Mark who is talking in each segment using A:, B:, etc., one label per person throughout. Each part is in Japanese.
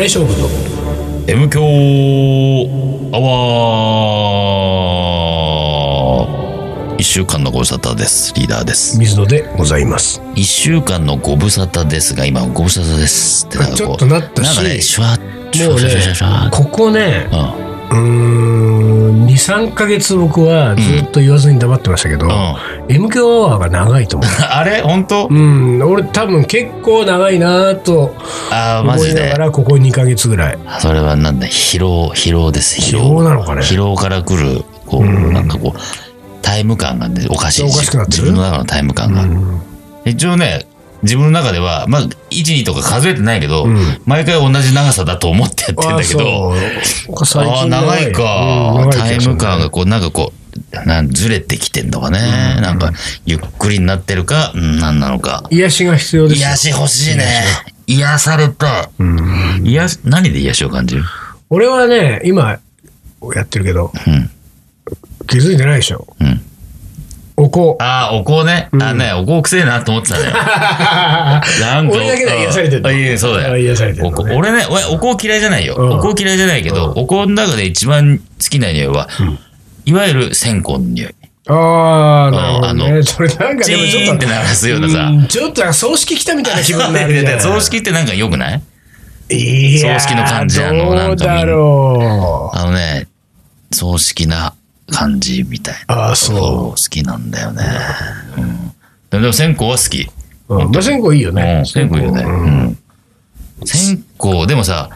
A: 勝負の
B: M 強アワー一週間のご無沙汰です。リーダーです。
A: 水野でございます。
B: 一週間のご無沙汰ですが、今、ご無沙汰ですってなんかこう
A: ちょっとなったし
B: なんかね、シュワッ、シュ
A: も
B: ワ
A: う
B: ッシュワッシュワッシュワ
A: ね
B: ッ、
A: ここね、
B: うん
A: うーん、2、3ヶ月僕はずっと言わずに黙ってましたけど、
B: うん
A: M 強アワーが長いと思う。
B: あれ本当
A: うん、俺多分結構長いなぁと
B: あーマ
A: 思
B: ジ
A: いな
B: で
A: が。ら、ここ2ヶ月ぐらい。
B: それはなんだ、疲労、疲労です、疲
A: 疲
B: 労。
A: 労なのかね。
B: 疲労から来る、こう、
A: うん
B: なんかこう、タイム感がね、おかしい。
A: おかしくなって
B: 自
A: る
B: 分の中のタイム感が。
A: うん
B: 一応ね、自分の中では、まあ、1、2とか数えてないけど、
A: うん
B: 毎回同じ長さだと思ってやってんだけど、
A: あそう
B: ああー、長いか、
A: うん長
B: タ
A: い
B: イ
A: 気がする
B: ム感がこう、なんかこう、なんずれてきてんのかね。なんか、ゆっくりになってるか、うん、なんなのか。
A: 癒しが必要ですよ
B: 癒し欲しいね。癒されたい。
A: うん
B: 癒し、何で癒しを感じる
A: 俺はね今やってるけど
B: うん。
A: 気づいてないでしょ
B: うん。
A: おこ
B: ああ、お香ね。あね、お香くせえなと思ってた ね。なんか
A: 俺だけで癒されてんの
B: あいえ、そうだよ。
A: 癒されてる
B: お
A: の
B: 香
A: ね
B: 俺ね、おお香嫌いじゃないよ。
A: うん
B: お香嫌いじゃないけど、お香の中で一番好きな匂いは、いわゆる線香の匂い。
A: ああなるほど
B: あ
A: ねそれなんか
B: チ
A: でもち
B: ー
A: ょ
B: ン
A: っ
B: って
A: と
B: 鳴らすようなさ。
A: うんちょっとなんか葬式来たみたいな気分になるじゃん
B: 葬式ってなんか良くない
A: いやー
B: 葬式の感じあのな
A: ど
B: ん
A: う
B: かみんな
A: だろう
B: あのね、葬式な感じみたいな。
A: ああそう
B: そう好きなんだよね。うん、でも線香は好き。
A: うんまあ線香いいよ
B: う
A: ね
B: ん、線香いいよね。
A: うん
B: うん。線香、でもさ、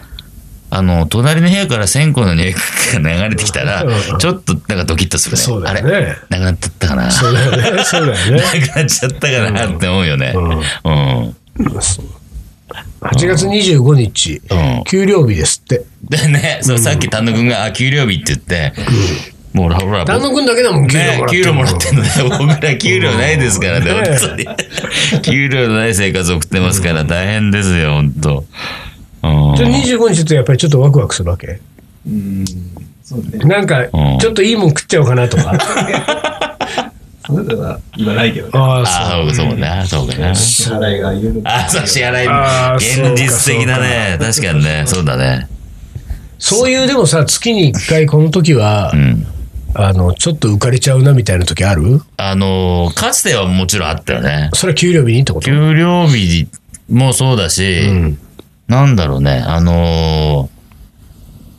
B: あの、隣の部屋から線香の匂いが流れてきたら
A: うん、
B: ちょっとなんかドキッとするね。
A: そうだよ
B: あれ
A: ね
B: なくなっちゃったかな。
A: そうだよねそうだよね
B: なくなっちゃったかなって思うよね。
A: うん
B: うん。
A: 8月25日、
B: うん
A: 給料日ですって。
B: でね、そう、さっき丹野くんが、あ、給料日って言って、もうほらほら、
A: 丹野くんだけだもん、給料もらってんの。
B: ね給料もらってんのね。 僕ら給料ないですからね、
A: うん
B: 本当に。給料ない生活送ってますから、大変ですよ、本当うん
A: じゃあ25日ってやっぱりちょっとワクワクするわけ
C: うんそうね。
A: なんか
B: うん、
A: ちょっといいもん食っちゃおうかなとか。
C: それでは今ないけどね。
A: あ
B: ああ、そうな、そうかな。
C: 支払いが言うのか
B: あ、そう、支払
A: あー
B: い。現実的だね。確かにね。そうだね。
A: そう。そういうでもさ、月に1回この時は
B: う、ん。
A: あの、ちょっと浮かれちゃうなみたいな時ある
B: あのー、かつてはもちろんあったよね。
A: それは給料日にってこと
B: 給料日もそうだし、
A: うん。
B: なんだろうね、あの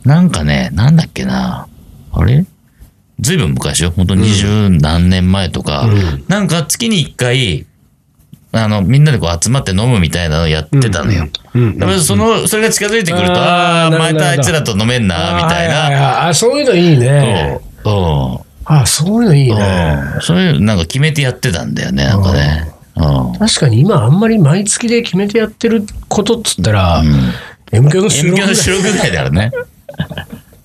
B: ー、なんかね、なんだっけな。あれずいぶん昔よ。ほんと二十何年前とか、
A: うん
B: なんか月に一回、あの、みんなでこう集まって飲むみたいなのやってたのよ。
A: うんうん
B: だからその、それが近づいてくると、
A: あー
B: ああー、
A: な
B: ま
A: るほど
B: たあいつらと飲めんな、みたい
A: あーは
B: な。
A: ははあ、そういうのいいね。
B: そう。うん。
A: あそういうのいいね。
B: うんそういう、なんか決めてやってたんだよね、なんかね。うん。
A: 確かに今あんまり毎月で決めてやってることっつったら、M 響の収
B: M
A: 録ぐら
B: 響の
A: い
B: 収録ぐらいだから ね。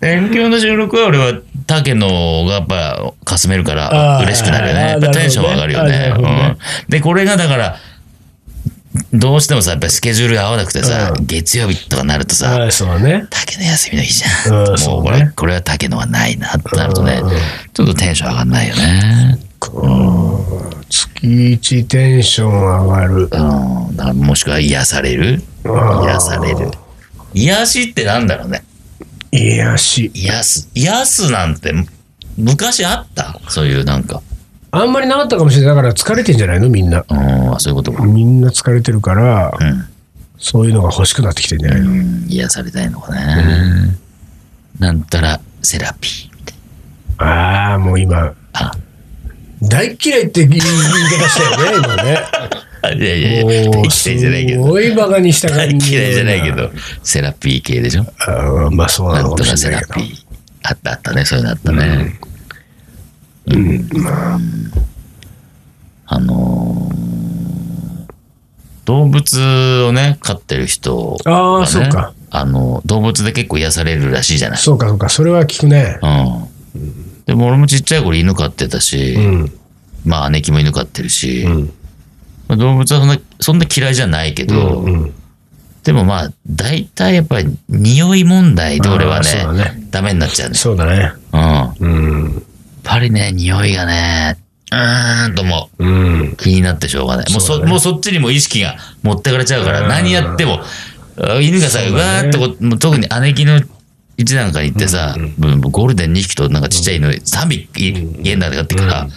B: M 響の収録は俺は、竹野がやっぱ、かすめるか
A: あ
B: ら、
A: ー
B: 嬉しくなるよね。
A: あー
B: やっぱテンション上がるよ
A: なる
B: ね。
A: ほどねあーなる
B: うん。で、これがだから、どうしてもさ、やっぱりスケジュールが合わなくてさ、
A: うん
B: 月曜日とかなるとさ、
A: あそうだね。
B: 竹野休みの日じゃん。
A: うん
B: も
A: そうう
B: こ
A: ね
B: れ、これは竹野はないなってなるとね
A: うん、
B: ちょっとテンション上がんないよね。
A: 月一テンション上がる。
B: うん。だからもしくは癒される。癒される。癒しってなんだろうね。
A: 癒し。
B: 癒す。癒すなんて、昔あったそういうなんか。
A: あんまりなかったかもしれない。だから疲れてんじゃないのみんな。
B: うん、そういうことか。
A: みんな疲れてるから、
B: うん
A: そういうのが欲しくなってきてんじゃないの、
B: うん。癒されたいのかね。なんたらセラピーみたい
A: ああ、もう今、
B: な。
A: 大っ嫌いって言い言い方したよね、今ね。
B: あ、 いやいやいや、
A: も
B: 大
A: う
B: 嫌いじゃないけ
A: す
B: ど。
A: ごいバカにした
B: 大
A: 感じ。
B: 嫌いじゃないけ。ど、セラピー系でしょ
A: あーまあそうな
B: な
A: の
B: ん
A: か
B: と
A: も
B: か
A: し
B: セ
A: れ
B: ラ
A: ないけど
B: ピ。ー。あったあったね、そういうのあったね。うん。あのー動物をね、飼ってる人がね
A: あーそうか。
B: あの、動物で結構癒されるらしいじゃない。
A: そうかそうか、それは聞くね。
B: うん。でも俺もちっちゃい頃犬飼ってたし、
A: うん。
B: まあ姉貴も犬飼ってるし、
A: ん
B: まあ動物はそんなそんな嫌いじゃないけど、
A: うん。
B: でもまあ大体やっぱり匂い問題で俺はね
A: あーそうだね
B: ダメになっちゃうんですよ。
A: そうだね。
B: うん。やっ
A: うん。
B: ぱりね匂いがねうーんともう
A: うん。
B: 気になってしょうがない。もうそもうそっちにも意識が持ってかれちゃうから何やっても犬がさ、
A: そう
B: わ
A: だ
B: ー
A: ね
B: っとこ、もう特に姉貴の一段階行ってさ、もうゴールデン2匹となんかちっちゃい犬3匹家の中で飼ってから、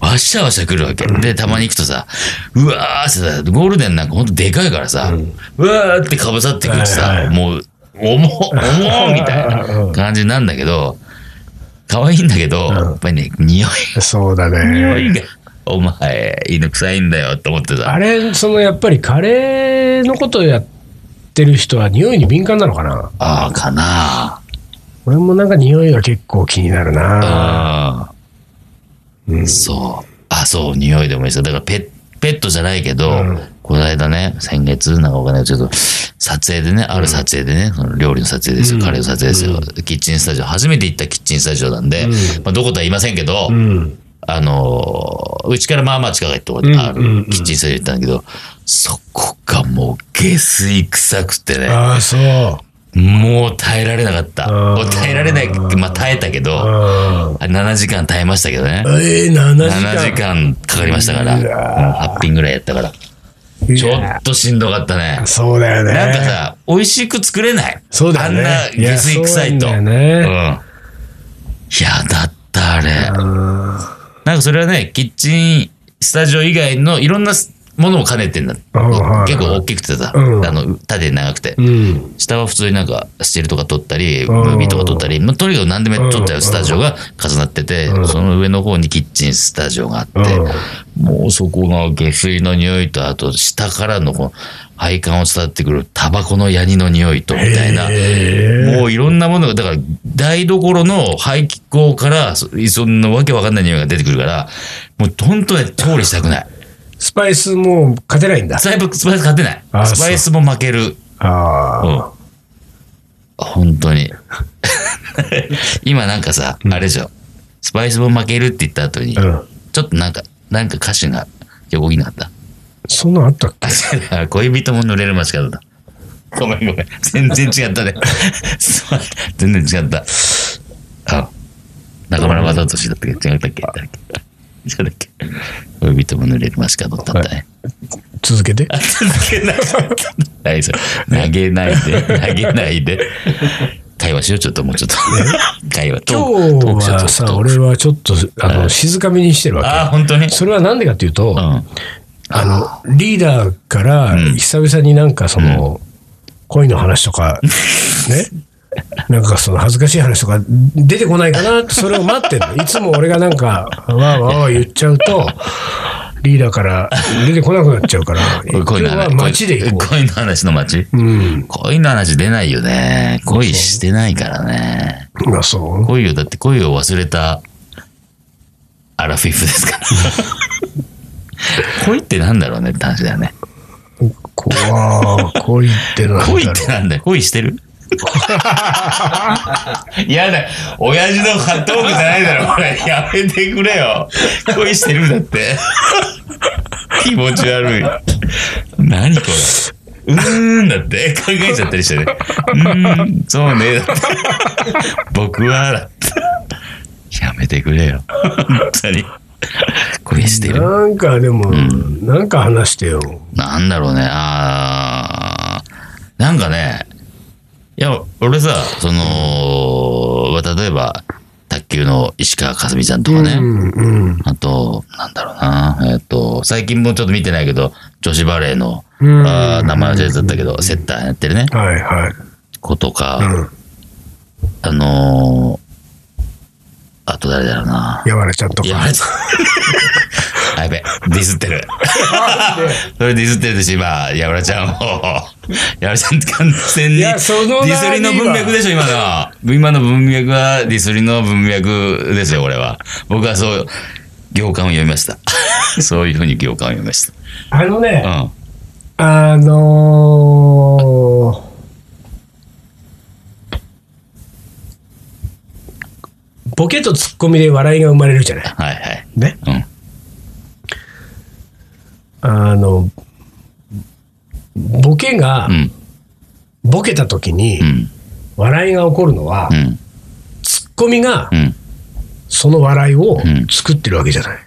B: わっしゃわっしゃ来るわけ。で、たまに行くとさ、うわーってさ、ゴールデンなんかほんとでかいからさ、うわーってかぶさってくると
A: はい
B: さ
A: は、い
B: もう、重っ、重っみたいな感じなんだけど、可愛いんだけど、やっぱりね、匂い、
A: そうだ
B: 匂
A: ね。
B: いが、お前、犬臭いんだよって思ってさ
A: あ、れ、そのやっぱりカレーのことをやってる人は匂いに敏感なのかな
B: ああ、かな
A: 俺もなんか匂いが結構気になるな。
B: あ
A: うん
B: そう。あ、そう、匂いでもいいですよだからペ、ペットじゃないけど、
A: うん
B: この間ね、先月、なんかお金ちょっと、撮影でね、ある撮影でね、その料理の撮影ですよ、
A: うん
B: カレーの撮影ですよ、キッチンスタジオ、初めて行ったキッチンスタジオなんで、
A: うん
B: まあ、どことは言いませんけど、
A: うん。
B: あのーうちからまあまあ近いところにあ
A: うんうんう
B: る
A: ん
B: キッチンスタジオ行ったんだけど、そこがもう下水臭くてね、
A: ああ、そう。
B: もう耐えられなかった。
A: うん
B: もう耐えられない、まあ耐えたけど、
A: あ
B: あれ7時間耐えましたけどね。
A: あえー、7
B: 7
A: 時
B: 時
A: 間。
B: 間かかりましたから、
A: うわ
B: 8品ぐらいやったから、ちょっとしんどかったね。
A: そうだよね。
B: なんかさ、美味しく作れない。
A: そうだよね
B: あんな下水臭いと。。
A: いやそううんなんだよね
B: いや、だった、あれ。
A: あ
B: なんかそれはね、キッチンスタジオ以外のいろんなものを兼ねてんだ。結
A: うんはい
B: 構大きくてさ、
A: うん
B: あの、縦長くて
A: ー。うん。
B: 下は普通になんかスチールとか取ったり、
A: ん
B: ムービーとか撮ったり、まあ、とにかく何でも撮っ
A: う
B: たよ
A: ん
B: スタジオが重なってて、その上の方にキッチンスタジオがあって、もうそこが下水の匂いと、あと下からのこの配管を伝わってくるタバコのヤニの匂いと、みたいな。
A: え
B: もういろんなものが、だから台所の排気口から、そそんなわけわかんない匂いが出てくるから、もう本当に調理したくない。
A: ースパイスもう勝てないんだ。
B: スパイス、スパイス買ってない
A: あ。そう
B: スパイスも負ける。
A: ああ。
B: うん。本当に。 今なんかさ、あれでしょ。スパイスも負けるって言った後に、
A: うん
B: ちょっとなんか、なんか歌詞が横になった。
A: そんなのあったっけ
B: あ 恋人も濡れる間違った。ごめんごめん。全然違ったね。 すまん全然違った。あ、中村正俊だったっけ違ったっけ誰だっけ違ったっけ恋人も濡れる間違ったった ね。
A: 続けて。
B: 続けなかった。大丈夫投げないで、投げないで。会話しよう、ちょっともうちょっと。会話。ト
A: 今
B: ーク
A: 日
B: トークしよう
A: は
B: トー
A: さ、
B: ク
A: 俺はちょっと、あの、静かめにしてるわ
B: ああ、本当に
A: け。それはなんでかっていうと、
B: うん。
A: あの、リーダーから
B: ん
A: 久々になんかその、恋の話と か、ね。なんかその恥ずかしい話とか出てこないかなってそれを待ってるの。いつも俺がなんか、わーわーわー言っちゃうと、リーダーから出てこなくなっちゃうから、今
B: 恋
A: 日
B: の
A: は
B: 話。
A: 街で行こ
B: 恋の話の街
A: う。うん。
B: 恋の話出ないよね。恋してないからね。
A: まあそう。
B: 恋を、だって恋を忘れたアラフィフで すから。恋ってなんだろうねって話だよね。
A: こわー恋ってなんだろう
B: 恋ってなんだよ。恋してるい やだ、親父のハットークじゃないだろ、これ。やめてくれよ。恋してるんだって。気持ち悪い。何これ。うーんだって考えちゃったりしてね。うーん、そうね。だって僕は、だってやめてくれよ。本当に。恋してる。
A: なんかでも、なんか話してよ。
B: なんだろうね、あーなんかね、いや、俺さ、その、まあ例えば、卓球の石川佳純ちゃんとかね、
A: うんうん。
B: あと、なんだろうな、えっ、と、最近もちょっと見てないけど、女子バレーの、
A: うん
B: あー名前忘れちゃったけど、セッターやってるね、
A: はいはい。
B: 子とか、
A: うん。
B: あのーあと誰だろうな。
A: やわらちゃんと
B: いや、
A: か。
B: あれあ やべ、ディスってる。それディスってるでしょ、今、やぶらちゃんを。 やぶらちゃんって完全に。
A: いやその
B: ディスりの文脈でしょ、今のは。今の文脈はディスりの文脈ですよ、これは。僕はそう、行間を読みました。 そういうふうに行間を読みまし
A: あのね、
B: た。うん。
A: あのーボケとツッコミで笑いが生まれるじゃない。
B: はいはい。
A: ね。
B: うん。
A: あの、ボケが
B: う、ん。
A: ボケた時に
B: うん。
A: 笑いが起こるのは、
B: うん。
A: ツッコミが
B: うん。
A: その笑いを
B: ん
A: 作ってるわけじゃない。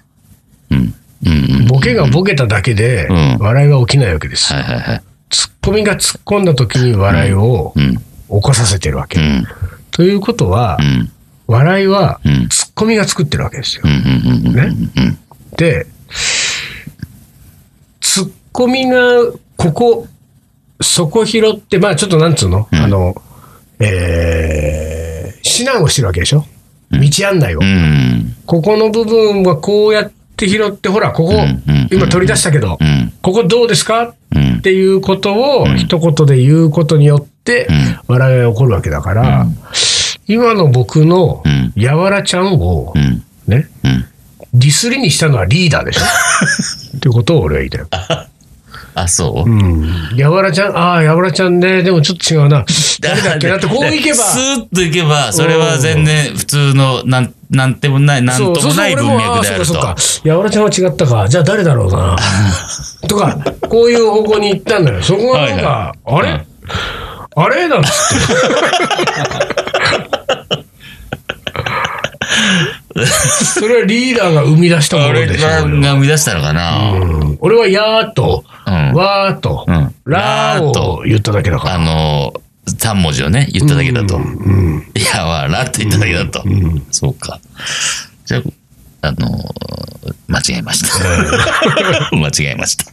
B: うん。うん。うん。
A: ボケがボケただけで
B: うん、
A: 笑いは起きないわけです。
B: はいはいはい。
A: ツッコミが突っ込んだ時に笑いを
B: うん。
A: 起こさせてるわけ。
B: うん。
A: ということは
B: う、ん。
A: 笑いは
B: うん
A: ツッコミが作ってるわけですよ
B: う。ん。うん。うん。
A: ね
B: うん。
A: で、ツッコミが、ここ、そこ拾って、まあちょっとなんつうの、
B: うん
A: あの、えー、指南をしてるわけでしょ道案内を。
B: うん。
A: ここの部分はこうやって拾って、ほら、ここ
B: うんうん、
A: 今取り出したけど
B: う、ん。
A: ここどうですか
B: うん
A: っ。ていうことを
B: うん
A: 一言で言うことによって
B: うん
A: 笑いが起こるわけだから、今の僕の
B: うん
A: やわらちゃんを
B: うん。
A: ね、
B: うん。
A: ディスりにしたのはリーダー でしょっていうことを俺は言いたい。
B: あ、そう
A: う。ん。やわらちゃん、ああ、やわらちゃんね、でもちょっと違うな。誰だっけなって、こうい けば。
B: スーッといけば、それは全然普通の、なん、なんてもない、なんともない文脈である
A: そうそうそう俺もああ。そ
B: と
A: うかそうかやわらちゃんは違ったかじゃあ誰だろうな とかこういう方向に行ったんだよそこがなんか、
B: はいはい
A: あれ、あれ なんつってそれはリーダーが生み出したも
B: あ
A: の
B: れ
A: でしょ
B: が
A: 俺は
B: 生み出したのかな
A: うん俺は「やー」と「
B: うん
A: わー」と
B: うん
A: 「らー」を言っただけだから
B: あの、三文字をね、言っただけだと。
A: うん
B: いや、わらって言っただけだと。
A: うん
B: そうか。じゃあ、あのー間違えました。 間違えました。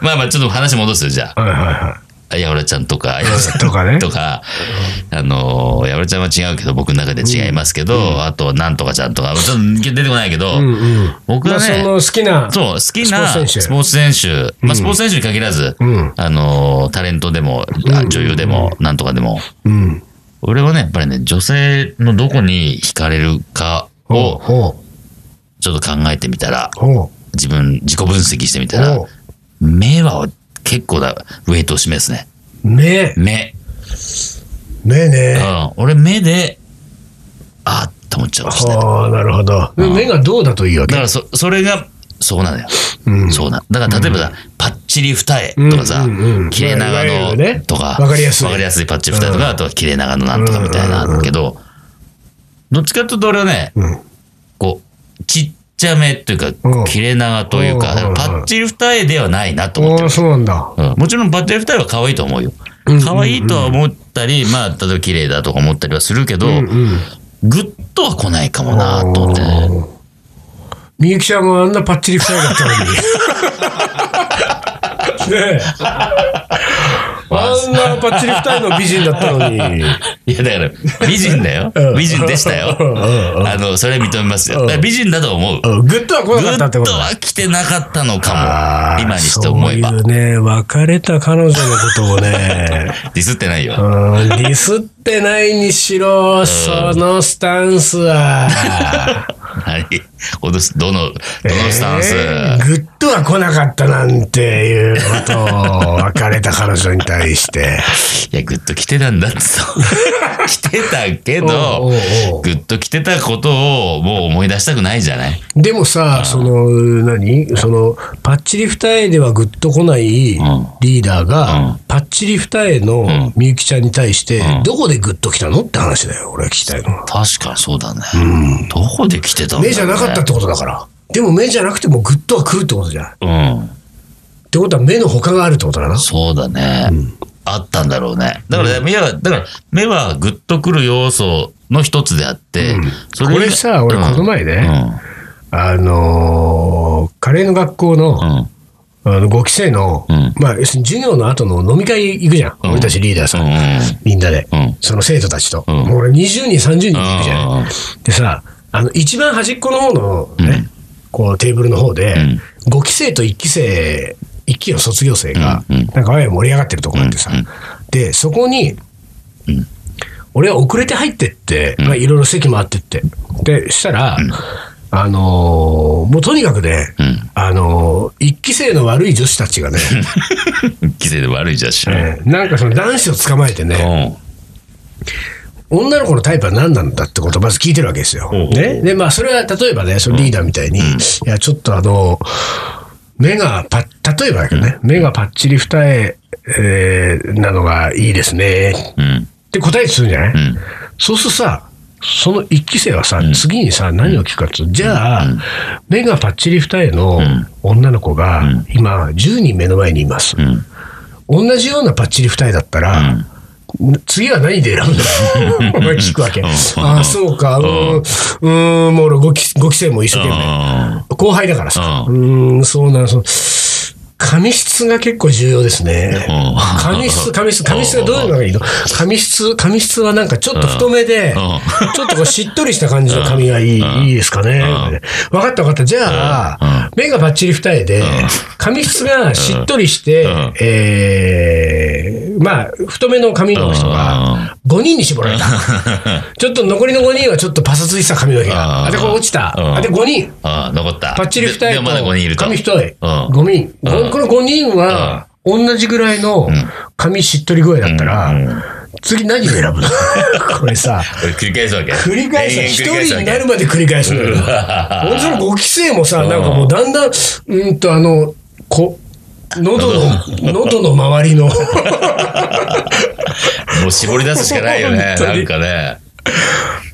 B: まあまあ、ちょっと話戻すよ、じゃ
A: はいはいは
B: あ。やおらちゃんとか、やおらちゃ
A: いとかね
B: んとか、あのーやおらちゃんは違うけど、僕の中で違いますけど、あと、なんとかちゃんとか、ちょっと出てこないけど、
A: うんうん
B: 僕は
A: まあ
B: ね
A: その、好きな
B: そう、好きな
A: スポーツ選手
B: スポーツ選手、まあ、スポーツ選手に限らず、
A: うん
B: あのータレントでも、あ女優でも、なんとかでも、
A: うん
B: 俺はね、やっぱりね、女性のどこに惹かれるか
A: ほう
B: を
A: ほ
B: ちょっと考えてみたら、
A: うほう
B: 自分、自己分析してみたら
A: ほ、
B: 目は結構だ、ウェイトを示すね。
A: う目
B: 目。
A: 目
B: う
A: ね。
B: ん。俺、目で、あーって思っちゃうしね。
A: はあ、なるほど。
B: うん
A: 目がどうだといいわ
B: だか
A: け。
B: らそ、それが、そうなのよ。
A: うん
B: そうな。だから、例えばさ、パッチリ二重とかさ
A: うんうんうん、
B: 綺麗長
A: まあいわゆるね
B: のとか、
A: わかりやすい
B: わかりやすいパッチリ二重とか、あとは綺麗長のなんとかみたいなのあるけど、どっちかというと俺はね、
A: うん
B: こう、ちっちゃめというか
A: うん、
B: 切れ長という
A: う
B: か、
A: ん
B: だからパッチリ二重ではないなと思って
A: あ
B: る
A: あ、。そうなんだ。
B: うんもちろんパッチリ二重は可愛いと思うよ
A: うんうんうん。
B: 可愛いとは思ったり、まあ、例えば綺麗だとか思ったりはするけど
A: う、んうん。
B: グッとは来ないかもなと思ってね。
A: みゆきちゃんもあんなパッチリ二重だったの に。ねえ。あんなパッチリ二重の美人だったのに。
B: いや、だから、美人だよ
A: うん。
B: 美人でしたよ
A: うんうん。
B: あの、それは認めますよ。だから美人だと思う。
A: うんグッとは来
B: グ
A: なかったっ
B: ッ
A: て
B: と
A: ことだ
B: は来てなかったの
A: あ
B: か
A: あ
B: も。今にして思えば
A: そうい。うね、別れた彼女のことをね、
B: ディスってないよ。
A: うんディスってないにしろ、そのスタンスは。
B: はい。おどすどの、どのスタンス、
A: えーグッとは来なかったなんていうことを、別れた彼女に対 して。
B: いや、グッと来てたんだってさ。 来てたけど
A: おうおうおう、
B: グッと来てたことをもう思い出したくないじゃない
A: でもさ、その、何その、パッチリ二重ではグッと来ない
B: ん
A: リーダー
B: う
A: が
B: ん、
A: パッチリ二重のみゆきちゃんに対して
B: う、ん
A: どこでグッと来たのって話だよ、俺が聞きたいのは。
B: 確かにそうだね。どこで来てたんだろうね
A: 目じゃなかったってことだから。でも目じゃなくてもグッとは来るってことじゃん。っ
B: うん。
A: てことは目の他があるってことだな。
B: そうだね。あったんだろうね。だから、目は、だから、目はグッとくる要素の一つであって、そ以外
A: これさ俺この前ねあのーカレーの学校の、
B: うん。うん。
A: あの5期生の、
B: うん
A: まあ、要するに授業の後の飲み会行くじゃん、
B: ん
A: 俺たちリーダーさん、
B: う
A: みんなで、
B: うん
A: その生徒たちと、
B: うん
A: もう俺20人30人行くじゃん、
B: うん
A: でさあの一番端っこの方のね、
B: うん
A: こうテーブルの方で、
B: うん
A: 5期生と1期生1期の卒業生が、
B: うんうん
A: なんかわい盛り上がってるとこがあってさ、
B: うんうん
A: でそこに、俺は遅れて入ってって、まあ、いろいろ席回ってってでしたら、あのーもうとにかくね、
B: うん
A: あのー一期生の悪い女子たちが ね、
B: うん。規制で悪いじゃんし。
A: えーなんかその男子を捕まえて
B: う
A: ね、
B: ん。
A: 女の子のタイプは何なんだってことをまず聞いてるわけですよ。
B: おうおう
A: ね、で、まあそれは例えばね、そのリーダーみたいに、いや、ちょっとあの、目がパッ、例えばだけどね、目がパッチリ二重、えーなのがいいですね、
B: うん。
A: って答えするんじゃない、
B: うん。
A: そうするとさ、その一期生はさ、次にさ、何を聞くかっていうと、じゃあ、目がパッチリ二重の女の子が、今、10人目の前にいます。
B: うん。
A: 同じようなパッチリ二重だったら、次は何で選ぶ んだろうお前聞くわけ。
B: うん
A: ああ、そうか。うーん、うーんもう俺5期、5期生も一生懸命。
B: あ
A: 後輩だからさ。う
B: う
A: ーん、そうなの。そう紙質が結構重要ですね。
B: ー
A: 紙 質、紙質、紙質がどういうのがいいの紙質、紙質はなんかちょっと太めで、
B: う
A: ちょっとこうしっとりした感じの紙がいい、
B: うん
A: いいですかね。わかったわかった。じゃあ、目がバッチリ二重で、紙質がしっとりして
B: うん、
A: えーまあ、太めの紙の人が5人に絞 られた。ちょっと残りの5人はちょっとパサついてた髪の毛
B: うん
A: が。あ、で、これ落ちた。
B: うん
A: あ、で、5人。
B: あー残った
A: パッチリ二
B: で
A: 重
B: でもまだ5人いる
A: と
B: と
A: 髪太い。
B: うん
A: 5人。ごこの5人は、同じぐらいの髪しっとり具合だった
B: うんう
A: ら、次何を選ぶの これさ。
B: これ繰り返すわけ
A: 繰り返す。
B: 延々
A: 一
B: 繰り返す
A: 人
B: わ
A: に
B: け
A: なるまで繰り返すのよ。
B: うわ
A: ほんとその5期生もさ、なんかもうだんだん、うんとあの、こ、喉の、喉の周り の、
B: もう絞り出すしかないよね
A: 本当
B: な
A: に
B: んかね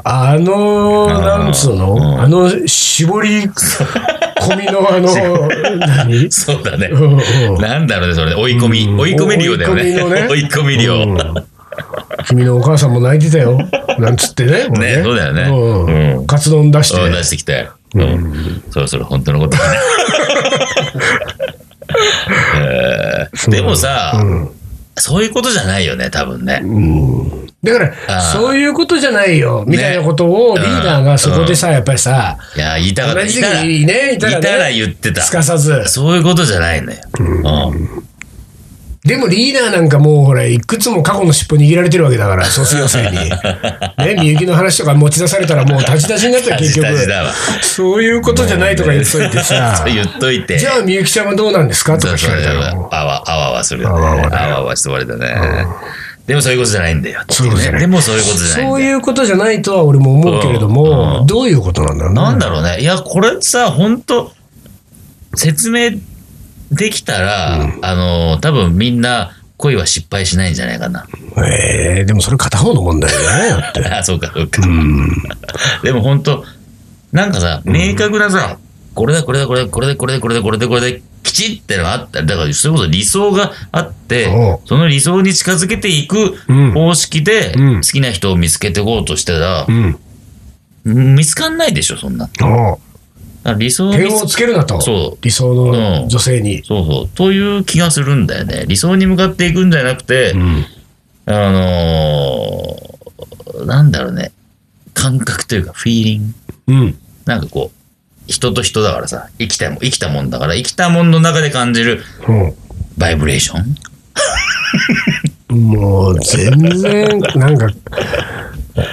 A: あの、なんつうのあの、絞り込みのあ の、何
B: そうだね
A: うんうん
B: なんだろうねそれね追い込み追い込み量だよね
A: 追
B: 追
A: い
B: い込み
A: う
B: 量
A: ん君のお母さんも泣いてたよ。なんつってね。
B: ねそうだよ
A: ね。
B: ね
A: うん。カツ丼出して。
B: うん出してきて、うん、そろそろ本当のことだね、 えーでもさ、そういうことじゃないよね多分ね、
A: だから、
B: あー
A: そういうことじゃないよ、みたいなことを、リーダーがそこでさ、やっぱりさ、
B: いや言いたかった
A: 同じ時にね、い
B: いた
A: たら
B: らいたら
A: ね、
B: 言ってた
A: すかさず。
B: そういうことじゃないのよ、うん
A: でもリーダーなんかもう、ほら、いくつも過去の尻尾握られてるわけだから、卒業 生に。ね、みゆきの話とか持ち出されたら、もう立ち出しになったよ、結局
B: 立ち出しだわ。、
A: そういうことじゃないとか言っといてさ
B: 言っといて
A: じゃあみゆきちゃんはどうなんですかと
B: そ
A: か
B: う
A: 聞
B: そ
A: か
B: う
A: れた
B: そう
A: らもう。
B: あわあわあわするよね
A: あわあわだ
B: あわあわして終わりだね、でもそういうことじゃないんだよって
A: そういうことじゃない
B: でもそういうことじゃないんだよ
A: そういうことじゃないとは俺も思うけれど
B: うんう
A: も、
B: ん
A: どういうことなんだろうね
B: なんだろうね。いや、これさ、本当説明できたら、あの、多分みんな恋は失敗しないんじゃないかな。
A: えーでもそれ片方の問題だよね、だって。
B: あ、そうか、そうか。
A: うん。
B: でも本当なんかさ、明確なさ、これだ、これだ、これだ、これで、これで、これで、これで、これで、きちってのがあったり、だから、それこそ理想があって
A: おう、
B: その理想に近づけていく
A: うん
B: 方式で、
A: うん
B: 好きな人を見つけていこうとしたら
A: う、ん。
B: 見つかんないでしょ、そんな。だ
A: おう
B: から理想を見
A: 点
B: つ
A: をつけるなと。
B: そう
A: 理想の女性に。
B: そうそう。という気がするんだよね。理想に向かっていくんじゃなくて、
A: うん。
B: あのーなんだろうね。感覚というか、フィーリン
A: う
B: グ。
A: ん。
B: なんかこう、人と人だからさ、生きたもん、生きたもんだから、生きたもんの中で感じるバイブレーション
A: もう、全然、なんか、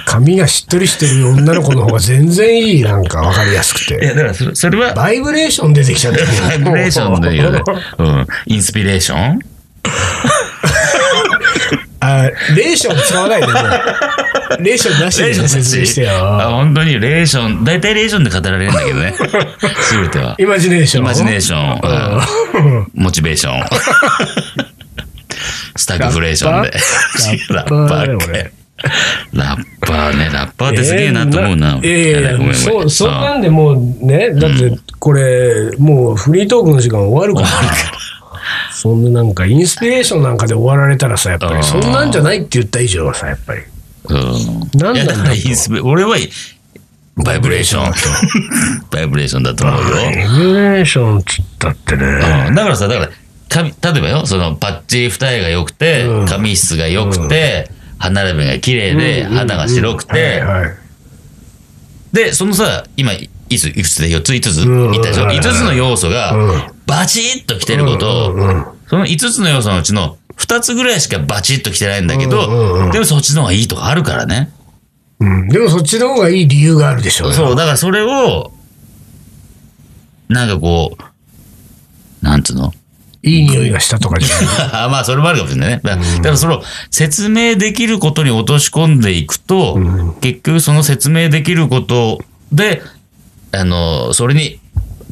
A: 髪がしっとりしてる女の子の方が全然いい、なんかわかりやすく
B: い
A: て。
B: や、だからそれ、それは、
A: バイブレーション出てきちゃった。
B: バイブレーションだよ ね。うん。インスピレーション
A: あ、レーション使わないで、もう。レーションなしで説明して
B: あ、
A: よ。
B: 本当に、レーション、大体レーションで語られるんだけど ね。すべては。
A: イマジネーション。
B: イマジネーション、うんモチベーション、スタグフレーションで。
A: ラ
B: ラ
A: ッ
B: ッ
A: パー
B: パー
A: 俺
B: ね。ラッパーね、ラッパーってすげえなと思うな。
A: えーいやいや
B: ごめんごめん
A: そう、そん
B: あ
A: なんでもうね、だってこれ、もうフリートークの時間終わるから。そんななんかインスピレーションなんかで終わられたらさ、やっぱ
B: あ
A: り
B: ー
A: そんなんじゃないって言った以上はさ、やっぱり。
B: うん
A: なんなんだと
B: いやだからインスピ俺はバイブレーション。バイブレーションだと思うよ。
A: インスピレーションっつったってね。
B: うんだからさ、だから、髪例えばよ、そのパッチリ二重が良くて
A: うん、
B: 髪質が良くて、歯並びが綺麗で、肌が白くて、
A: はいはい
B: で、そのさ、今、いいつ、いくつで4つ、5つ
A: うん
B: 言ったでしょ、
A: はいはい
B: ?5 つの要素
A: うん
B: が、バチッと来てること、
A: うんうんうん
B: その5つの要素のうちの2つぐらいしかバチッと来てないんだけど、
A: うんうんうん
B: でもそっちの方がいいとかあるからね。
A: うんでもそっちの方がいい理由があるでしょうよ
B: そう、だからそれを、なんかこう、なんつうの
A: いい匂いがしたとかじゃない。
B: あ まあ、それもあるかもしれないね。だだから、その、説明できることに落とし込んでいくと、結局、その説明できることで、あの、それに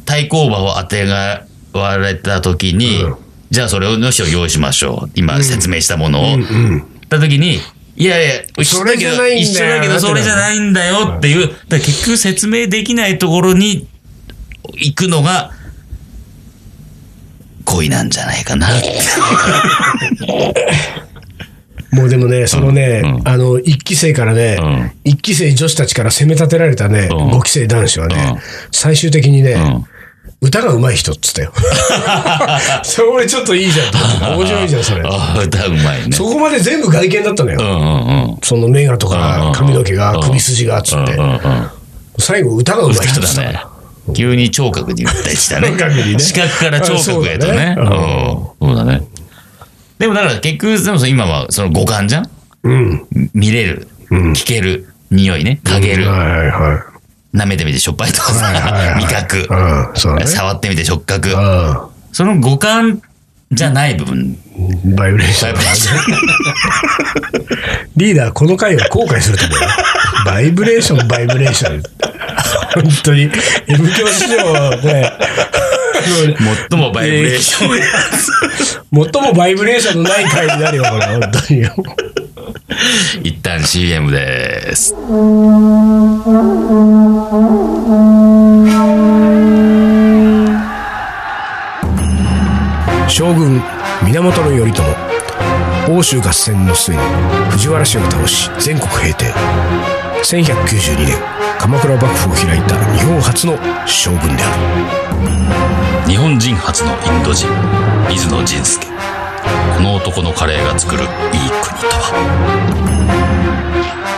B: 対抗馬を当てがわれたときに、
A: うん
B: じゃあ、それの人を用意しましょう。今、説明したものを。
A: うんうん
B: った時に、いやいや、一緒
A: そ
B: だけ
A: れじゃ
B: ど、
A: ないんだよ
B: 一緒だけど、それじゃないんだよっていう、だから結局説明できないところに行くのが、恋なんじゃないかなって。
A: もうでもね、そのね、
B: うん
A: あの、一期生からね、
B: うん
A: 一期生女子たちから責め立てられたね、
B: うん
A: 五期生男子はね、
B: うん
A: 最終的にね、
B: うん
A: 歌が上手い人っつった よ。それ俺ちょっといいじゃんと思って。面白いじゃん、それ。
B: ああ、歌うまいね。
A: そこまで全部外見だったのよ。
B: うんうんうん。
A: その目がと
B: うん
A: か、髪の毛
B: う
A: が、
B: ん
A: 首筋が、つって
B: うん。うんうん。
A: 最後、歌が上手い人っつっ
B: そ
A: た
B: う
A: の
B: だね
A: よ。。
B: 急に聴覚に訴えしたね。
A: 聴覚にね
B: 視覚から聴覚へとね。う
A: あ
B: ん
A: そうだ
B: そうだね。でもだから結局、でもその今はその五感じゃん
A: うん。
B: 見れる、
A: うん
B: 聞ける、匂いね、嗅げる、
A: はいはいはい。
B: 舐めてみてしょっぱいとか
A: はいはい
B: さ
A: は、い
B: 味覚、
A: うん、そうだね。
B: 触ってみて触覚、
A: う
B: その五感じゃない部分。
A: ん。バイブレーション。 リーダー、この回は後悔すると思うよ。バイブレーション、バイブレーション。本当に、M 教師匠ね、
B: 最もバイブレーション。
A: 最もバイブレーシ ョンのない回になるよ、これ、本当に。
B: 一旦 CM です。
A: 将軍源頼朝欧州合戦の末に藤原氏を倒し全国平定1192年鎌倉幕府を開いた日本初の将軍である
D: 日本人初のインド人水野仁介この男のカレーが作るいい国とは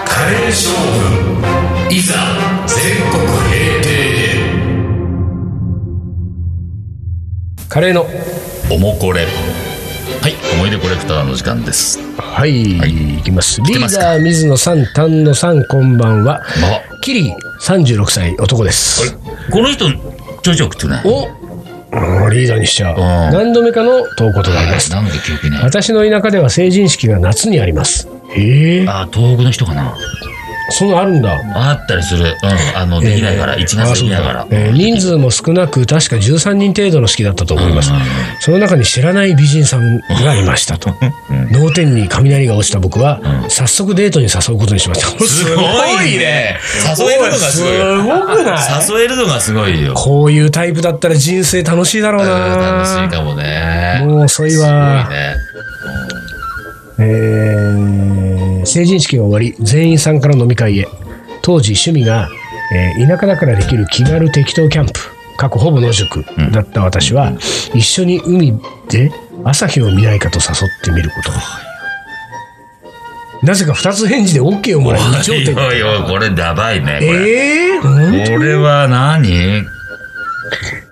B: カレー将軍、いざ全国平定へ。
A: カレーの
B: おもこれ。はい、思い出コレクターの時間です。
A: はい、い、きます
B: て
A: リ
B: ます
A: ー
B: か
A: ダー水野さん丹野さんこんばんは
B: んばんは
A: キリ36歳男です
B: この人、ちょいちょい食ってない。
A: おうんリーダーにしちゃう
B: うん
A: 何度目かの投稿となります
B: なんで記憶にない。
A: 私の田舎では成人式が夏にありますへえ
B: あ、東北の人かな。
A: そんなのあるんだ
B: あったりする。うん、あの、できないから、
A: あ
B: 1月できないから。
A: えー人数も少なく、確か13人程度の式だったと思います。その中に知らない美人さんがいましたと。脳天に雷が落ちた僕は、早速デートに誘うことにしました。
B: すごいね。誘えるのがすごい
A: ご
B: よ。
A: くない
B: 誘えるのがすごいよ。
A: こういうタイプだったら人生楽しいだろう
B: うん楽しい
A: な
B: かもね。
A: もう遅いわ
B: すごい
A: え
B: ね。
A: ー成人式が終わり、全員さんから飲み会へ。当時趣味が、えー田舎だからできる気軽適当キャンプ、過去ほぼ野宿だった私は、一緒に海で朝日を見ないかと誘ってみること。なぜか二つ返事で OK をもらい、二
B: お
A: 頂
B: い
A: 点。
B: おいおい、これやばいね。これ
A: えーうん
B: これは何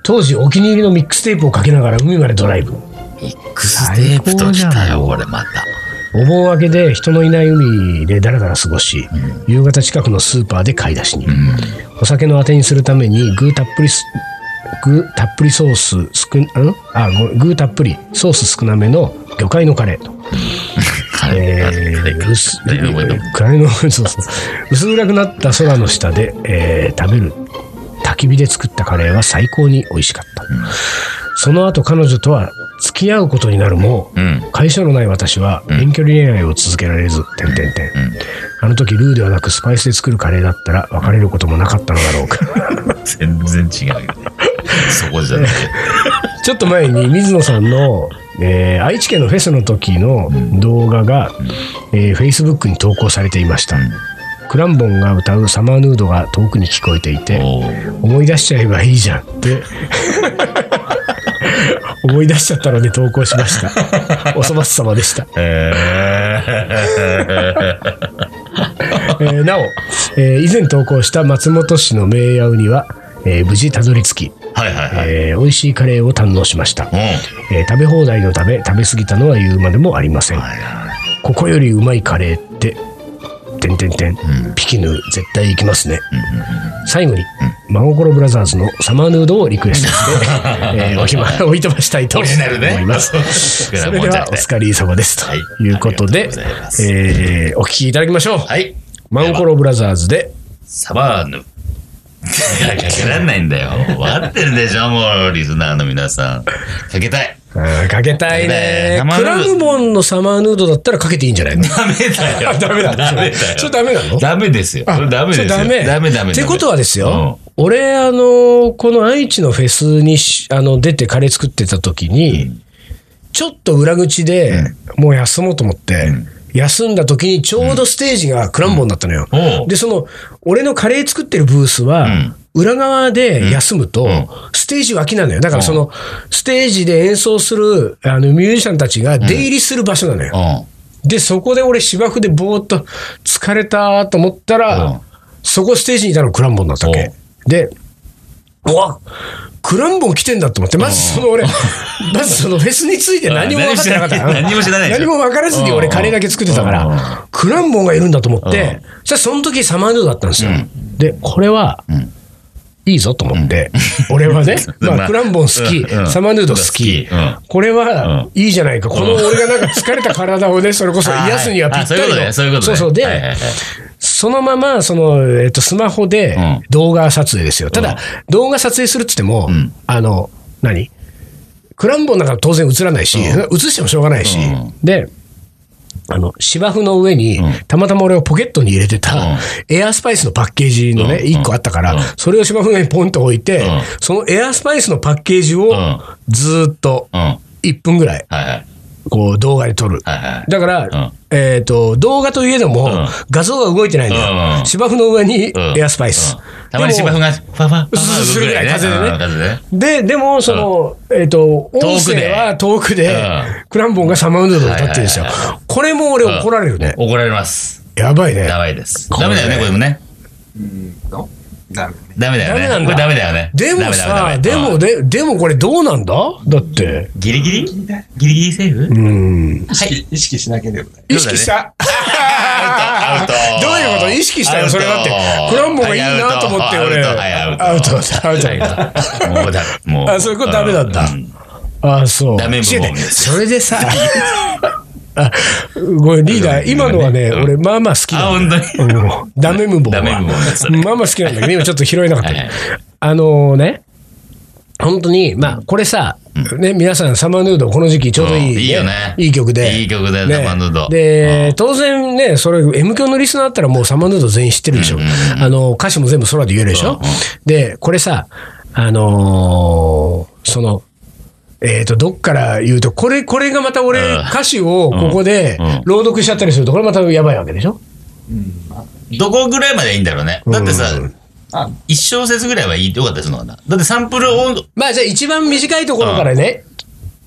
A: 当時お気に入りのミックステープをかけながら海までドライブ。
B: ミックステープときたよ、これまた。
A: お盆明けで人のいない海でだらだら過ごし、夕方近くのスーパーで買い出しに、お酒のあてにするために具たっぷりす具たっぷりソース少んあごめん具たっぷりソース少なめの魚介のカレーと、
B: カレ
A: え
B: ーカレー
A: ー、薄
B: カレーの上の
A: カレーの そうそう薄暗くなった空の下で、えー食べる焚き火で作ったカレーは最高に美味しかった、その後彼女とは付き合うことになるも、
B: うん。
A: 会社のない私は遠距離恋愛を続けられず、点々点。あの時ルーではなくスパイスで作るカレーだったら別れることもなかったのだろうか。
B: 全然違うよね。そこじゃなくて。
A: ちょっと前に水野さんの、えー愛知県のフェスの時の動画が、えー Facebook に投稿されていました。クランボンが歌うサマーヌードが遠くに聞こえてい て、
B: おー
A: 思い出しちゃえばいいじゃんっ て。思い出しちゃったので投稿しま した。おそば様でした。え
B: えー
A: ーなお、えー以前投稿した松本市の名ヤウには、えー無事たどり着き、
B: はいはいはい。
A: えー美味しいカレーを堪能しました、
B: う
A: えー食べ放題のため食べ過ぎたのは言うまでもありません、ここよりうまいカレーっててんてんてん、ピキヌー絶対行きますね、最後に、真心ブラザーズのサマーヌードをリクエストして、 えーおきまおいとましたいと
B: オ
A: 思
B: リジナルね
A: います、
B: ん。
A: それではお疲れ様ですと
B: はい
A: いうことで、
B: ありがとうございます
A: えーお聞きいただきましょう、
B: はい。
A: マンコロブラザーズで
B: サバー ヌ。いやかけらんないんだよ。わかってるでしょ、もう、リスナーの皆さん。かけたい。
A: あーかけたいね
B: かけたい
A: クラムボンのサマーヌードだったらかけていいんじゃないの
B: ダメだよ。
A: ダメだ
B: ダメだよ。
A: それダメなの
B: ダメですよ。それダメですよ。
A: それダメ
B: ダメダメ。
A: ってことはですよ、
B: う
A: 俺、あの、この愛知のフェスにしあの出てカレー作ってた時に、ちょっと裏口で、もう休もうと思って、休んだ時にちょうどステージがクランボンだったのよ。
B: うんおう
A: で、その、俺のカレー作ってるブースは、
B: ん
A: 裏側で休むと、
B: ん
A: ステージ脇なのよ。だからその、ステージで演奏するあのミュージシャンたちが出入りする場所なのよ。
B: うん。
A: で、そこで俺芝生でぼーっと疲れたと思ったら、
B: うん
A: そこステージにいたのクランボンだったわけ。で、うわクランボン来てんだと思って、まずその 俺、まずそのフェスについて何も分かってなかったか
B: うん
A: ら。
B: 何も知らないでしょ
A: 何も分からずに俺
B: うん
A: カレーだけ作ってたか
B: うん
A: ら、クランボンがいるんだと思っ
B: う
A: て、そしたらその時サマーヌードだったんですよ。で、これは、いいぞと思って、俺はね、
B: まあ
A: まあ、クランボン好き、
B: うんうん
A: サマーヌード好き、
B: うん
A: これはいいじゃないか、この俺がなんか疲れた体を ね、それこそ
B: あー
A: 癒すにはぴったり
B: はい
A: の。
B: あそういうことね
A: そうそう。で、
B: はいはいはい
A: そのまま、その、えっ、と、スマホで
B: うん
A: 動画撮影ですよ。ただ、
B: うん
A: 動画撮影するって言っても、
B: ん
A: あの、何クランボンなんか当然映らないし、映してもしょうがないし。
B: うん
A: で、あの、芝生の上に、たまたま俺をポケットに入れてた、エアースパイスのパッケージのね、
B: うん
A: 1個あったから、
B: うん
A: それを芝生の上にポンと置いて、
B: ん
A: そのエアースパイスのパッケージを
B: ん、
A: ずーっと、
B: うん。はい
A: 1分ぐらい、
B: はい。
A: こう動画で撮る。
B: はいはい。
A: だから、
B: ん
A: えっ、と、動画といえども、
B: ん
A: 画像が動いてないんだよ。
B: うん
A: 芝生の上に
B: うん
A: エアスパイス。
B: うんたまに
A: でも
B: 芝生がファファファフ
A: そうそう
B: ァ
A: す
B: 動く
A: るぐらい風でね
B: うん風でね。
A: で、でも、その、えっ、と、音
B: 遠くで
A: 声は遠くで、
B: う
A: クランボンがサマーウンドで歌ってるんですよ
B: はいはい。
A: これも俺怒られるね。
B: 怒られます。
A: やばいね。
B: やばいです。
A: これ
B: ダメだよね、これもね。
C: うんと、ダメだね。
B: ダメだよね。
A: ダメなんだ
B: これダメだよね。
A: でも
B: ダ
A: さ、
B: メダメダメ
A: で
B: う
A: も、
B: ん
A: で、でもこれどうなんだだって。
B: ギリギリギリギリセーフ
A: うん。
B: はい。
C: 意識しなければね。
A: 意識した。
B: アウトアウト
A: どういうこと意識したよ、それだって
B: アウ。ト
A: クランボンがいいなと思って、
B: はい
A: 俺。
B: アウト
A: アウト、アウト。
B: もうだ、もう。
A: あそういうことダメなんだああ、そう。
B: ダメ部門
A: 違うね
B: です
A: それでさ、 あ、ごめん、リーダー、今のはね、
B: うん
A: 俺、まあまあ好き
B: あ、
A: なん
B: 本
A: だ
B: 当
A: よ
B: に。
A: うんダメ無謀
B: ダメ無謀ですね
A: は。まあまあ好きなんだけど、今ちょっと拾えなかった
B: はいはい。
A: あのね、本当に、まあ、これさ、ね、皆さん、サマーヌード、この時期ちょうどいい、
B: うんいいよね
A: いい曲で。
B: いい曲だよサマーヌードう
A: で
B: ん、
A: 当然ね、それ、M 響のリスナーだったらもうサマーヌード全員知ってるでしょ。あの、歌詞も全部空で言えるでしょ。で、これさ、あのーその、えっ、と、どっから言うと、これ、これがまた俺
B: うん、
A: 歌詞をここで
B: うん
A: 朗読しちゃったりすると、これまたやばいわけでしょ
C: うん、ま
B: どこぐらいまでいいんだろうね。だってさ、
A: うん
C: あ、あ、
B: 一小節ぐらいはいいよかったりするのかな。だってサンプルを
A: まあじゃあ一番短いところからね、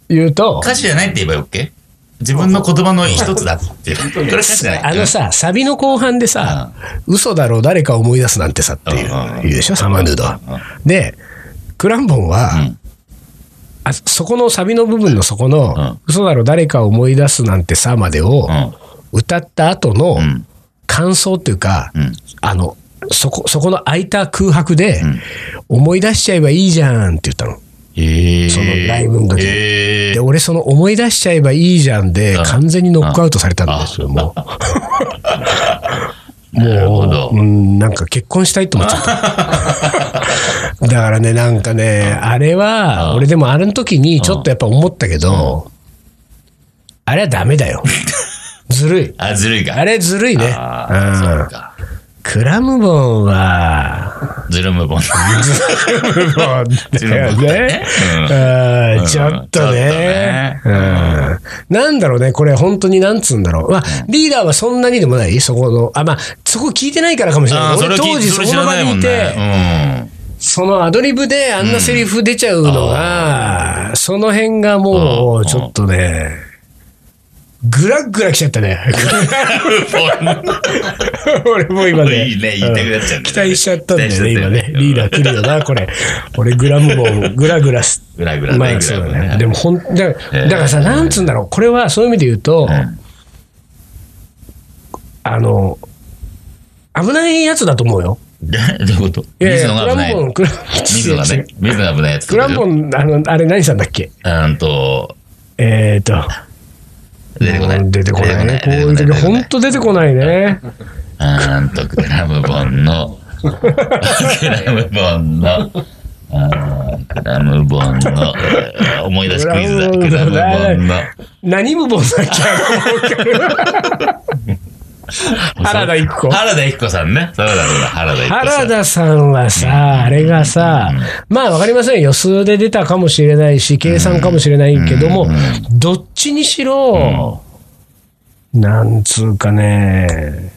A: 言うと、
B: 歌詞じゃないって言えばよっけ自分の言葉の一つだって いう。これ歌詞じゃない。
A: あのさ、サビの後半でさ、嘘だろ、誰か思い出すなんてさっていう、
B: うんうんうん
A: 言うでしょ、サマーヌードは
B: うんうん。
A: で、クランボンは、
B: うん
A: あそこのサビの部分のそこの、
B: うん
A: 嘘だろ、誰か思い出すなんてさまでを、歌った後の
B: ん
A: 感想っていうか、
B: ん
A: あの、そこ、そこの空いた空白で、思い出しちゃえばいいじゃんって言ったの。
B: ええ。
A: そのライブの時に
B: ええ
A: で、。俺その思い出しちゃえばいいじゃんで、完全にノックアウトされたんですよ、もう。
B: なるほ
A: も
B: ど
A: う、うん、なんか結婚したいと思っちゃ った。だからね、なんかね、あれは、俺でもあれの時にちょっとやっぱ思ったけど、あれはダメ だよ。ずるい。
B: あ、ずるいか。
A: あれずるいね。
B: あ
A: う
B: ー
A: ん
B: そうか。
A: クラムボンは、
B: ズ ルムボン。
A: クラムボン
B: ズルムボンだね。うん
A: あ
B: う
A: ー
B: ん
A: ちょっとね。
B: ちょっと
A: うんなんだろうね、これ本当になんつうんだろう。まあ、リーダーはそんなにでもないそこの、あ、まあ、そこ聞いてないからかもしれ
B: あ
A: な
B: あ、
A: いけ
B: そ
A: ど。
B: れ
A: 俺
B: 聞
A: 当
B: い
A: 時
B: そ
A: そ
B: れ
A: こ
B: 知
A: の
B: ら
A: 場
B: ないも
A: に
B: ん
A: いて、
B: ね。
A: そのアドリブであんなセリフ出ちゃうのが、その辺がもう、ちょっとね、ぐらぐら来ちゃった ね。 俺もう今ね。
B: いいね言いたくなっちゃうね
A: ん期待しちゃったんだよね、
B: 期待しちゃ
A: 今
B: ったよね
A: ね。リーダー来るよな、これ。俺、グラムボン、グラグラす。
B: グラグラね
A: まあ、そう
B: グラグ
A: だ
B: ラ
A: ね。
B: ね
A: でも、ほん、だだ
B: え
A: か
B: え
A: らさ、なんつうんだろう。これは、そういう意味で 言うと、
B: ん
A: あの、危ないやつだと思うよ。
B: うん。どういうこと
A: いやい
B: 水
A: や
B: 野が危な
A: クラン
B: い
A: ボンクラン。
B: 水野がね。水野が危ないやつ。
A: グラムボン、あの、あれ何さんだっけ
B: うんと、
A: えっと、
B: 出てこない。
A: 出てこないね。こういう
B: 出てこない
A: 時、
B: 出てこ
A: ほ
B: なんい。
A: と出てこないね。
B: あーんと、グラムボンの、グラムボンの、あーグラムボンの、えーだ、思い出しクイズだ。くだもんの。
A: 何部門だっけあのボーカル原田育子。
B: 原田彦さんね。そうだ、そうだ、原田彦さ
A: 原
B: ん。
A: 田さんはさ、あれがさ、まあわかりませんよ。数で出たかもしれないし、計算かもしれないけども、どっちにしろ、なんつうかね、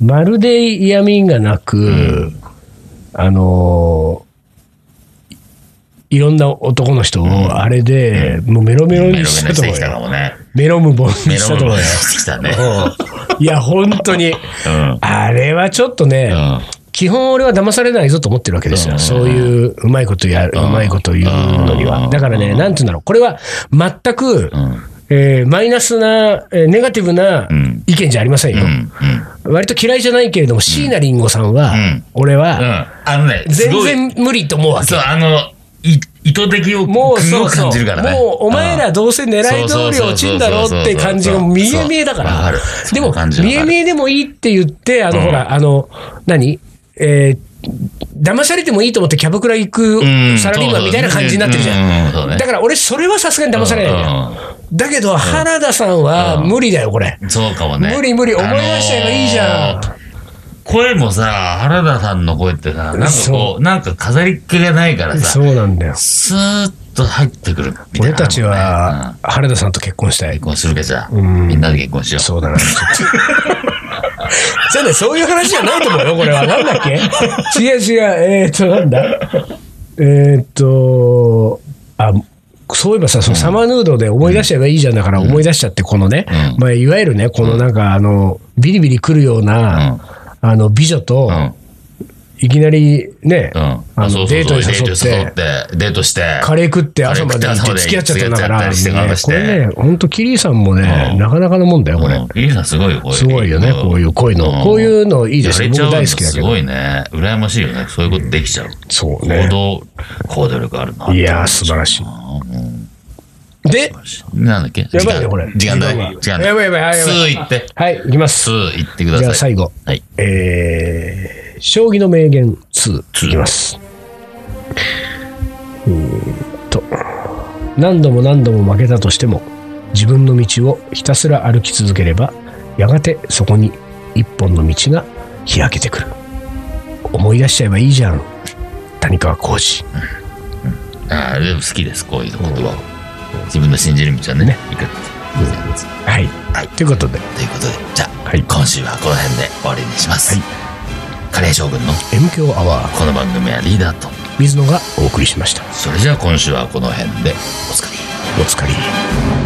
A: まるで嫌味がなく、あの、いろんな男の人をあれで、もうメロメロ
B: メロメ
A: に
B: ロ
A: し
B: し
A: た
B: て
A: と思
B: き
A: う
B: たか
A: よ。
B: もね。
A: メロムボンに
B: メ
A: した
B: ロメ
A: と
B: ロ
A: 思うよ。
B: してきたね。
A: いや、本当に。
B: うん。
A: あれはちょっとね、
B: うん
A: 基本俺は騙されないぞと思ってるわけですよ。
B: うん
A: そういううまいことやる、うまいこと言うのに
B: う
A: は。
B: ん
A: だからね、なんて言うんだろう。これは全く、
B: うん。
A: えーマイナスな、えーネガティブな
B: うん
A: 意見じゃありません
B: う
A: よ。
B: ん。
A: 割と嫌いじゃないけれども、椎名林檎さんは、
B: うん
A: 俺
B: うん。
A: は、
B: あのね、す
A: 全
B: ごい
A: 然無理と思うわけ
B: そう、。あの、い意図的を、
A: もう
B: 苦
A: そ
B: を
A: うそう
B: 感じるからね。
A: もうお前らどうせ狙い通り落ちんだろうって感じが見え見えだか
B: そうそうそうそうわからる。
A: でも
B: その感、じわ
A: 見
B: か
A: え
B: る
A: 見えでもいいって言って、あの、
B: うん
A: ほら、あの、何えー騙されてもいいと思ってキャバクラ行く
B: うん
A: サラリーマンみたいな感じになってるじゃ
B: うんそうね
A: ん。だから俺、それはさすがに騙されないんだよ。だけど、原田さんは無理だよ、これ。
B: うんそうかもね。
A: 無理無理思い出しちゃえばいいじゃん
B: あのー声もさ、原田さんの声ってさ、なんかこ、
A: そう
B: なんか飾りっ気がないからさ、
A: うなんだよ。
B: スーッと入ってくるみい
A: 俺
B: な
A: たち
B: うん
A: は原田さんと結婚したい
B: 結。婚するかじゃあ、
A: ん
B: みんなで結婚しよう。
A: そうだな。じゃあね、そういう話じゃないと思う よ、これは。なんだっけ違う違う、えー、っと、なんだえー、っと、あ、そういえばさ、そのサマーヌードで思い出しちゃえばいいじゃんだから思い出しちゃって、このね、
B: うん
A: まあ、いわゆるね、このなんか、あの、ビリビリ来るような、あの、美女と、
B: うん。うん。
A: いきなりね、
B: あ
A: あ
B: そう
A: の
B: そう
A: デート
B: そう
A: に誘
B: デートに誘
A: っ、
B: ってて、デートして。
A: カレー食って朝まで行って付き合っちゃったんだから、
B: カレー食って朝まで行っ
A: ねこ
B: て付き合っちゃったりして
A: れね、ほんとキリーさんもね
B: う、ん
A: なかなかのもんだよ、これ。
B: うんリリーさんすごいよ、こういう。
A: すごいよねこういうこういうのこういうのいいですよ
B: やれちゃう
A: 僕大好きだけど
B: すごいね。羨ましいよね。そういうことできちゃう。
A: そう
B: 行
A: ね。
B: 動、行動力あるな。
A: いやー、素晴らしい。で、
B: なんだっけ
A: やばいねこれ
B: 時間だ
A: 時間
B: い。
A: が
B: 時間
A: やばいやばいやばい
B: スー行って。
A: はい、いきま
B: ス
A: す。
B: ー行ってください。
A: じゃあ最後、
B: はい。
A: えー、将棋の名言2いきます。うーんと、何度も何度も負けたとしても、自分の道をひたすら歩き続ければ、やがてそこに一本の道が開けてくる。思い出しちゃえばいいじゃん。谷川浩司。
B: ああ、でも好きです、こういう言葉を。自分の信じる道はね、行くっていう
A: はい。
B: はい
A: ということで、
B: ということで、じゃあ、
A: はい
B: 今週はこの辺で終わりにします。
A: はい
B: カレー将軍の
A: M 強アワー、
B: この番組はリーダーと、
A: 水野がお送りしました。
B: それじゃあ今週はこの辺でお疲れ。
A: お疲れ。